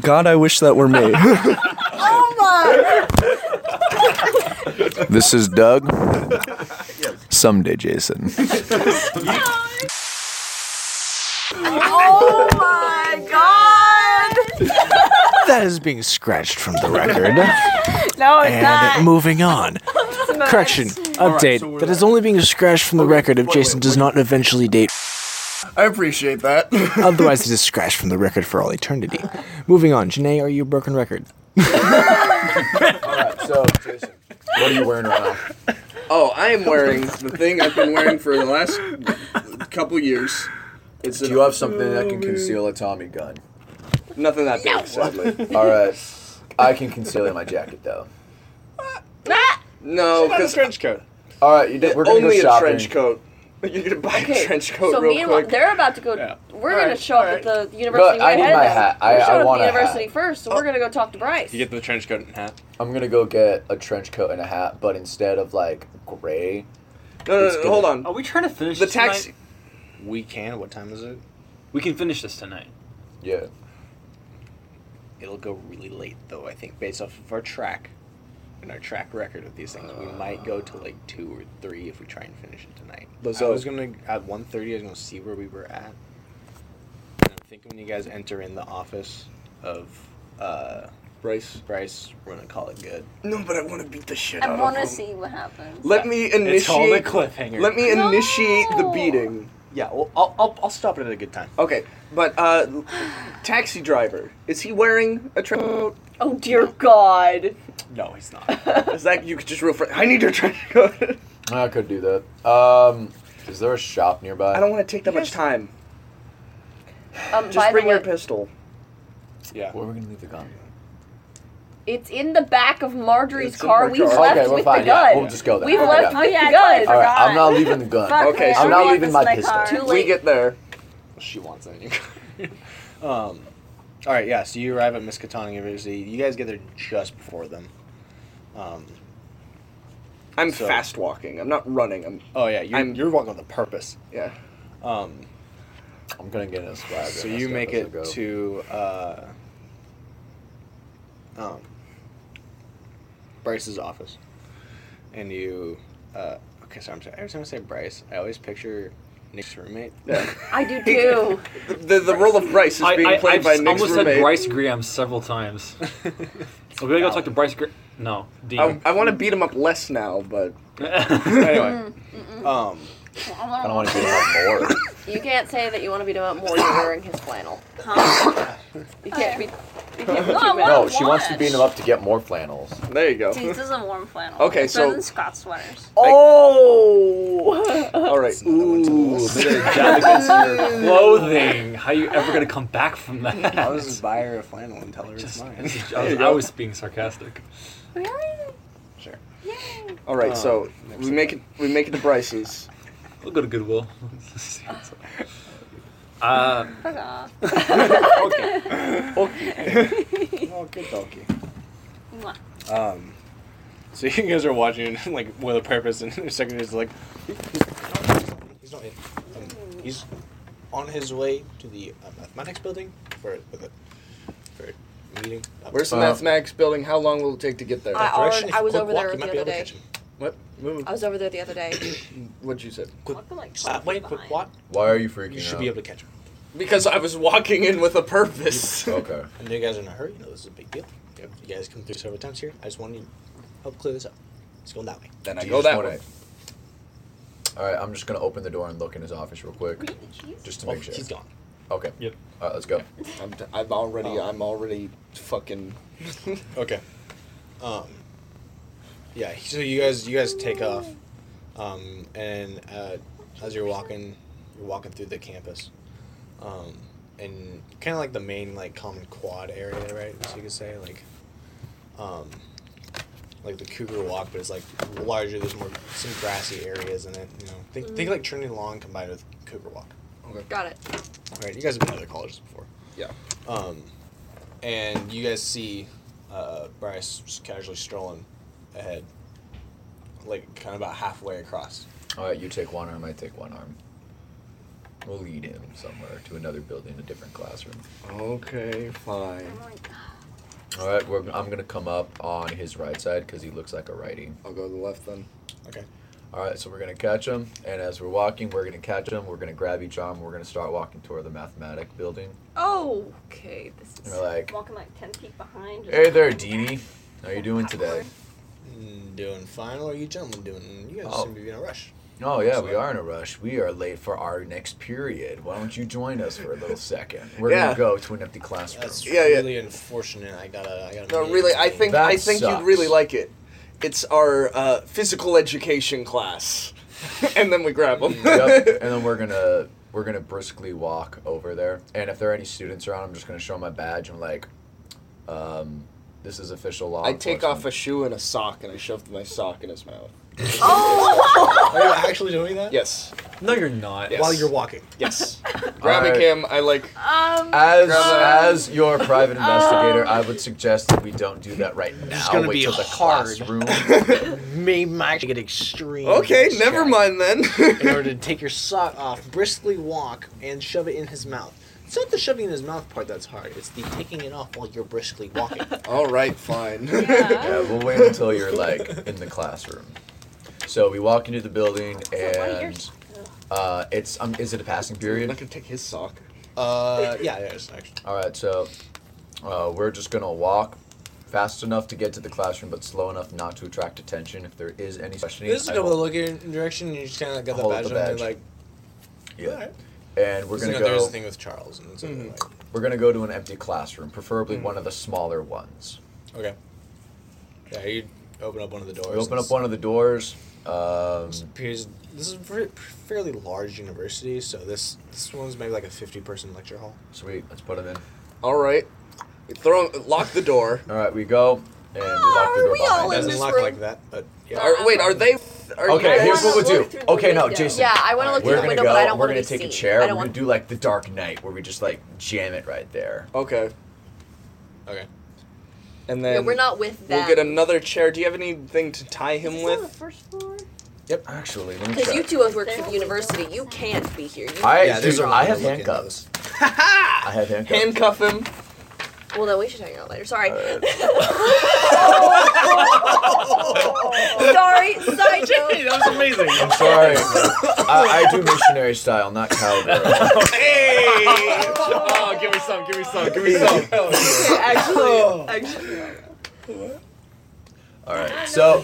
God, I wish that were me. Oh my! this is Doug. Someday, Jason. oh my god! that is being scratched from the record. No, it's not. and moving on. Correction, update. that is only being scratched from the record if Jason does not eventually date. I appreciate that. Otherwise, it is scratched from the record for all eternity. Moving on, Janae, are you a broken record? Alright, so, Jason, what are you wearing right now? Oh, I am wearing the thing I've been wearing for the last couple years. It's Do you have something that can conceal a Tommy gun? Nothing that big, sadly. Alright. I can conceal it in my jacket, though. No, What about a because trench coat. Alright, you did, we're gonna only go shopping. a trench coat. You're gonna buy a trench coat so me real and quick. Ma- they're about to go. We're gonna show up at the university. But I way need ahead of my them. hat. I- we're I showing up want a at hat. the university first, so we're gonna go talk to Bryce. You get the trench coat and hat. I'm gonna go get a trench coat and a hat, but instead of like gray. No, no, it's no, gonna- hold on. Oh. Are we trying to finish The this taxi. tonight? We can. What time is it? We can finish this tonight. Yeah. It'll go really late though. I think based off of our track and our track record of these things, we might go to like two or three if we try and finish it tonight. I So- was gonna at 1.30, I was gonna see where we were at. And I'm thinking when you guys enter in the office of uh, Bryce, Bryce, we're gonna call it good. No, but I want to beat the shit I out want to of him. see what happens. Let me initiate. It's called a cliffhanger. Let me No. initiate the beating. Yeah, well, I'll, I'll, I'll stop it at a good time. Okay, but uh, taxi driver is he wearing a trench coat? Oh, dear God. No, he's not. Is that you could just real fr- I need your trench coat. I could do that. Um, is there a shop nearby? I don't want to take that much time. Um, Just by bring the way, your pistol. Yeah. Where are we gonna leave the gun? it's in the back of Marjorie's It's in car. my We've car. left Okay, we're with fine. the Yeah, gun. we'll just go then. We've Okay. left with Oh, Yeah, the I totally gun. All right, I'm forgot. not leaving the gun. Fuck Okay, it, so I'm I'm not gonna leave leaving my this in pistol. car. Too We late. get there. she wants that in your car. um, all right, yeah. So you arrive at Miskatonic University. You guys get there just before them. Um, I'm So- fast walking. I'm not running. I'm oh yeah, you're, I'm- you're walking with a purpose. yeah. Um, I'm gonna get in a swag. so you make it to uh, um, Bryce's office, and you. Uh, okay, sorry. I'm sorry. Every time I say Bryce, I always picture Nick's roommate. I do too. The the, the role of Bryce is I, being I, played I've by s- Nick's almost roommate. said Bryce Graham several times. We're gonna go talk to Bryce. Gr- no, Dean. Oh, I, I want to beat him up less now, but anyway, um, I don't want to give him up more. You can't say that you want to beat him up more. You're wearing his flannel. Huh? You can't be. You can't be No, I too mad. wanna No, she wants to watch. beat him up to get more flannels. There you go. See, this is a warm flannel. Okay, It's better so- than Scott's sweaters. Oh. All right. Ooh, a bit of jab against your clothing. How you ever gonna come back from that? I was just buy her a flannel and tell her it's mine. I was, I was being sarcastic. Sure. All right. Um, Oh, so we make it. We make it to Bryce's. We'll go to Goodwill. uh, Okay. Oh, okay, donkey. Um, so you guys are watching like with a purpose, and the secretary's like, He's not in. He's on his way to the uh, mathematics building for for, for a meeting. Where's the Uh, mathematics building? How long will it take to get there? I already, I was Quick over walk, there you might the be other able to day. catch him. What? Move. I was over there the other day. What'd you say? Quick, uh, wait, quick walk. Why are you freaking You should out? be able to catch him. Because I was walking in with a purpose. Okay. I know you guys are in a hurry. You know this is a big deal. You you guys come through several times here. I just wanted to help clear this up. It's going that way. Then Do you just wanna- All right, I'm just gonna open the door and look in his office real quick, just to Oh, make sure. he's gone. Okay. Yep. All right, let's go. I'm, d- I'm already. I'm already fucking. Okay. Um. Yeah. So you guys, you guys take off, um, and uh, as you're walking, you're walking through the campus, um, and kind of like the main like common quad area, right? So you could say like, um, like the Cougar Walk, but it's like larger. There's more some grassy areas in it. You know, think think like Trinity Long combined with Cougar Walk. Got it. All right, you guys have been to other colleges before. Yeah. Um, and you guys see uh, Bryce just casually strolling ahead, like kind of about halfway across. All right, you take one arm. I take one arm. We'll lead him somewhere to another building, a different classroom. Okay. Fine. All right, we're, I'm gonna come up on his right side because he looks like a righty. I'll go to the left then. Okay. All right, so we're gonna catch him, and as we're walking, we're gonna catch him. We're gonna grab each arm. We're gonna start walking toward the mathematic building. Oh, okay. This And we're like, Walking like 10 feet behind. "Hey there, Dee Dee, how you doing today?" Mm, Doing fine. What are you gentlemen doing? You guys Oh. seem to be in a rush. Oh yeah, we are in a rush. We are late for our next period. Why don't you join us for a little second? We're Yeah. gonna go to an empty classroom. That's Yeah, yeah. really unfortunate. I gotta. I gotta No, meet really. I everything. think. That I think sucks. you'd really like it. It's our uh, physical education class, and then we grab them. yep. And then we're gonna we're gonna briskly walk over there. And if there are any students around, I'm just gonna show my badge and like, um, this is official law. I take off a enforcement. shoe and a sock, and I shove my sock in his mouth. Are you actually doing that? Yes. no, you're not. Yes. While you're walking. Yes. Grabbing Alright. him, I like. Um, As Grab that. as your private investigator, I would suggest that we don't do that right now. It's gonna Wait be till the hard. classroom. Maybe might actually get extreme. Okay, never mind then. in order to take your sock off, briskly walk, and shove it in his mouth. It's not the shoving in his mouth part that's hard. It's the taking it off while you're briskly walking. All right, fine. yeah, we'll wait until you're like in the classroom. So we walk into the building and uh, it's um, is it a passing I'm period? not gonna take his sock. uh, yeah, yeah, it's actually. All right, so uh, we're just gonna walk fast enough to get to the classroom, but slow enough not to attract attention. If there is any questioning, This is I a double will- look in direction, and you just kind of like got the Hold badge, the on, and badge. you're like, all yeah. right. And we're So, you gonna know, There's a go. thing with Charles, and it's like, We're gonna go to an empty classroom, preferably Hmm. one of the smaller ones. okay. Yeah, you open up one of the doors. We open and up one of the doors. Um, this appears- This is a fa- fairly large university, so this this one's maybe like a 50 person lecture hall. sweet, let's put them in. All right. Throw. Lock the door. All right, we go and we lock the door behind It us. doesn't this look room. like that, but yeah. Are, wait, are they? Are Okay, you here's guys- what we'll do. through the Okay, no, window. Jason. Yeah, I want to look We're through the gonna window, but I go. don't We're want to gonna be take seen. a chair. I We're don't gonna want. do like the Dark Knight, where we just like jam it right there. Okay, Okay. and Yeah, then we're not with We'll that. get another chair. Do you have anything to tie him Is this on the with? first floor? Yep. Actually, let me Because check. you two both work for the university. You can't be here. You I, Yeah, there's dude, a I lot have to look into handcuffs. I have handcuffs. Handcuff him. Well, no, we should hang out later. Sorry. Sorry, side joke. that was amazing. I'm sorry. I, I do missionary style, not cowgirl. Hey! oh, give me some. Give me some. Give me some. Actually, actually, All right. So,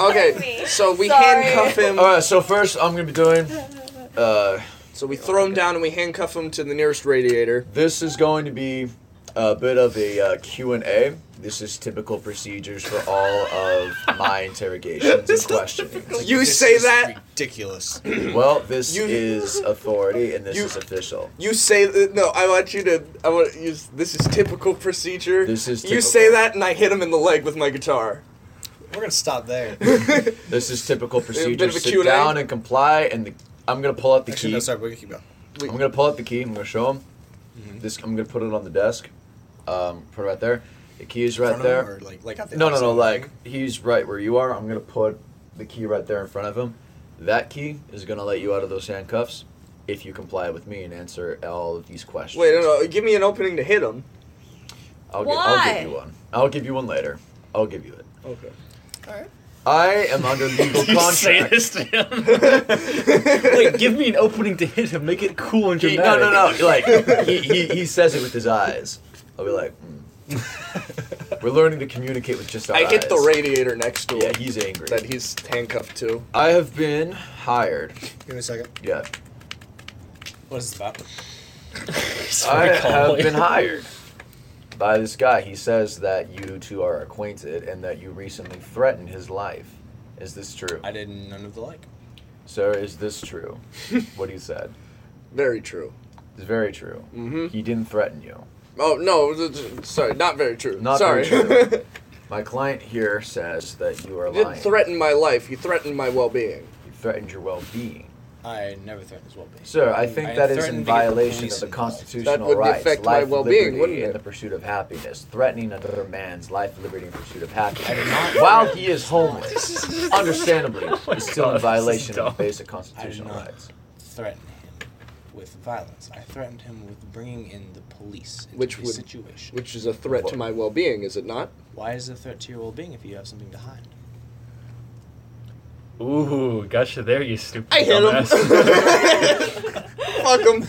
Okay, so we handcuff him. All right. So first, I'm gonna be doing. Uh, so we throw him down and we handcuff him to the nearest radiator. This is going to be a bit of a uh, Q and A. This is typical procedures for all of my interrogations and questioning. You say that. Ridiculous. Well, this is authority and this is official. You say that. No, I want you to. I want to use. This is typical procedure. This is You typical. say that, and I hit him in the leg with my guitar. We're gonna stop there. This is typical A bit procedure. of a Sit Q&A. down and comply. And the, I'm gonna pull out the Actually, key. no, sorry, we're gonna keep going. I'm gonna pull out the key. I'm gonna show him. Mm-hmm. This. I'm gonna put it on the desk. Um, put it right there. The key is right front of there. him or, like- like at the no, no, no. opposite Like he's right where you are. I'm gonna put the key right there in front of him. That key is gonna let you out of those handcuffs if you comply with me and answer all of these questions. Wait, no, no. Give me an opening to hit him. I'll, gi- I'll Why? give you one. I'll give you one later. I'll give you it. Okay. I am under legal contract. Wait, give me an opening to hit him. Make it cool and He- dramatic. no, no, no. Like he, he, he says it with his eyes. I'll be like, mm. we're learning to communicate with just our I hit the eyes. radiator next to him. Yeah, he's angry. That he's handcuffed to. I have been hired. Give me a second. Yeah, What is this about? I Sorry, have Conway. been hired by this guy. He says that you two are acquainted and that you recently threatened his life. Is this true? I didn't none of the like. Sir, is this true? what he said. Very true. It's very true. Mhm. He didn't threaten you. Oh no! th- th- Sorry, not very true. Not sorry. very true. My client here says that you are He didn't lying. threaten my life. He threatened my well-being. He threatened your well-being. I never threatened his well-being. Sir, I think that is in violation of the That constitutional wouldn't rights, affect my life, well-being, liberty, wouldn't and it? the pursuit of happiness, threatening another man's life, liberty, and pursuit of happiness. While he is Oh homeless, understandably, is still in violation of basic constitutional I did not rights. Threaten him with violence. I threatened him with bringing in the police into Which the would- situation. Which is a threat to my well-being, is it not? Why is it a threat to your well-being if you have something to hide? Ooh, gotcha there, you stupid I hit him. Fuck him.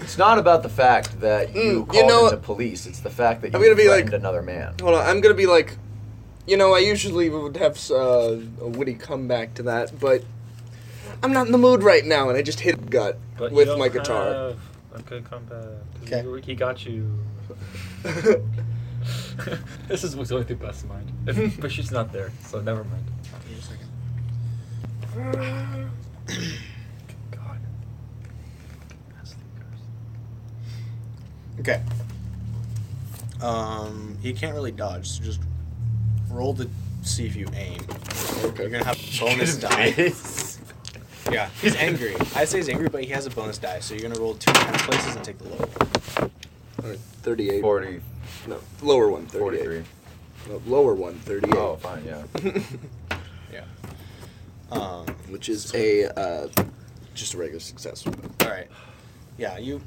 It's not about the fact that Mm, you you called in know- the police. It's the fact that you I'm gonna be threatened like- another man. Hold on, I'm gonna be like, you know, I usually would have uh, a witty comeback to that, but I'm not in the mood right now, and I just hit the gut But you with don't my guitar. Have a good combat. Okay. He got you. this is what's going through Beth's mind. If- but she's not there, so never mind. Okay. Um, he can't really dodge, so just roll to see if you aim. You're gonna have a bonus die. yeah, he's angry. I say he's angry, but he has a bonus die, so you're gonna roll two kind of places and take the lower. Or 38. 40. No, lower one, 38. No, lower one, 38. Oh, fine, yeah. yeah. Um, Which is a, uh, just a regular success. All right. Yeah, you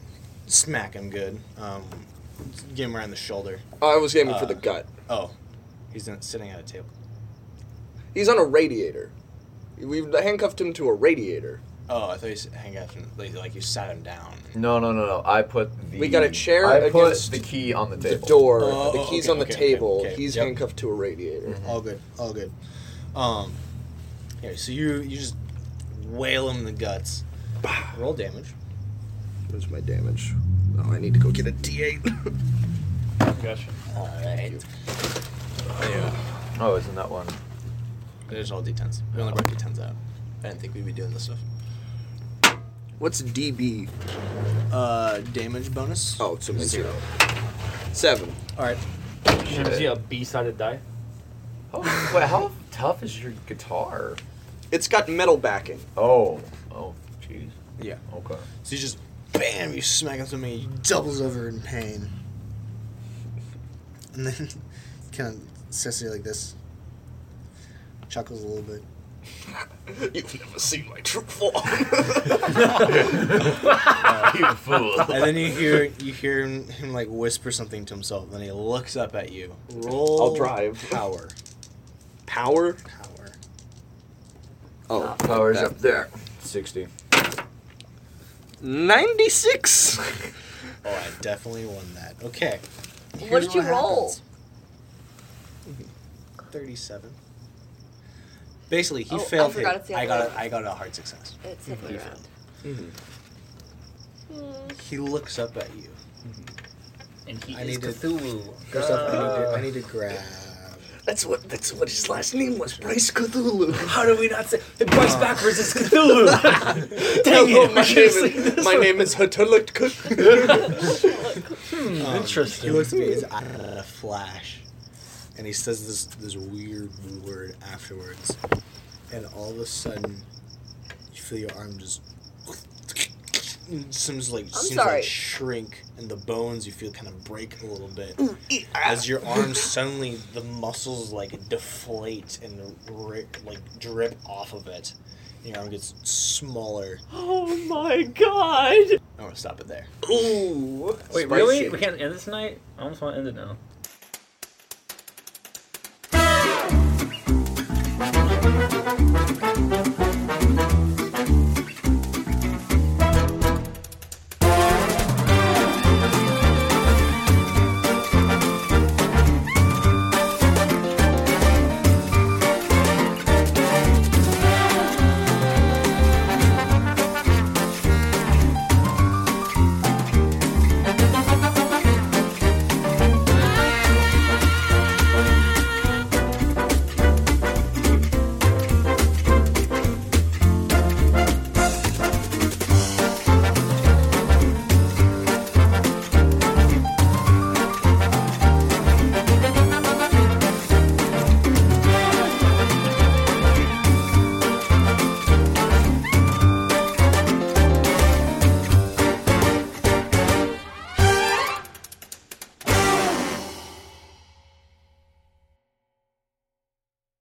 smack him good. Um, get him around the shoulder. Oh, I was aiming for the gut. Oh, he's in- sitting at a table. He's on a radiator. We've handcuffed him to a radiator. Oh, I thought you s- hang out and like, like you sat him down. No, no, no, no. I put the. We got a chair I put against the key on the table. The door, Oh, the oh, key's okay, on the okay, okay, table. okay, He's yep. Mm-hmm. handcuffed to a radiator. All good. All good. Um, yeah. So you you just whale him in the guts. Roll damage. Where's my damage? Oh, I need to go get a D8. Gotcha. All right. Yeah. Oh, isn't that one? It is all d10s. We only brought d10s out. I didn't think we'd be doing this stuff. What's DB? Uh, damage bonus. Oh, it's a zero. Seven. All right. Is he a B-sided die? Oh, wait, how tough is your guitar? It's got metal backing. Oh, oh, jeez. Yeah. Okay. So you just bam, you smack him to me. He doubles over in pain, and then kind of says to you like this, chuckles a little bit. You've never seen my true form. you fool. And then you hear you hear him, him like whisper something to himself. Then he looks up at you. Roll. I'll drive. Power. Power? Power. Oh, power's that- up there. 60. 96! Oh, I definitely won that. Okay. What did you roll? happens. thirty-seven. Basically, he Oh, I failed. forgot his- it's the I other got way a, I got a hard success. It's the other way around. He looks up at you. And he I is need to- Cthulhu. Gustav, I need to, I need to grab. That's what that's what his last name was, Bryce Cthulhu. How do we not say Bryce backwards is Cthulhu? Dang Hello, it! my name is- my name is Um, Interesting. He looks at me. His eye had a flash, and he says this this weird word afterwards, and all of a sudden, you feel your arm just. Seems like seems sorry. like shrink and the bones you feel kind of break a little bit Mm, as your arm suddenly the muscles like deflate and rip, like drip off of it and your arm gets smaller Oh my god! I'm gonna stop it there Ooh. Wait, Spicy. really? We can't end this night? I almost want to end it now. Thank you.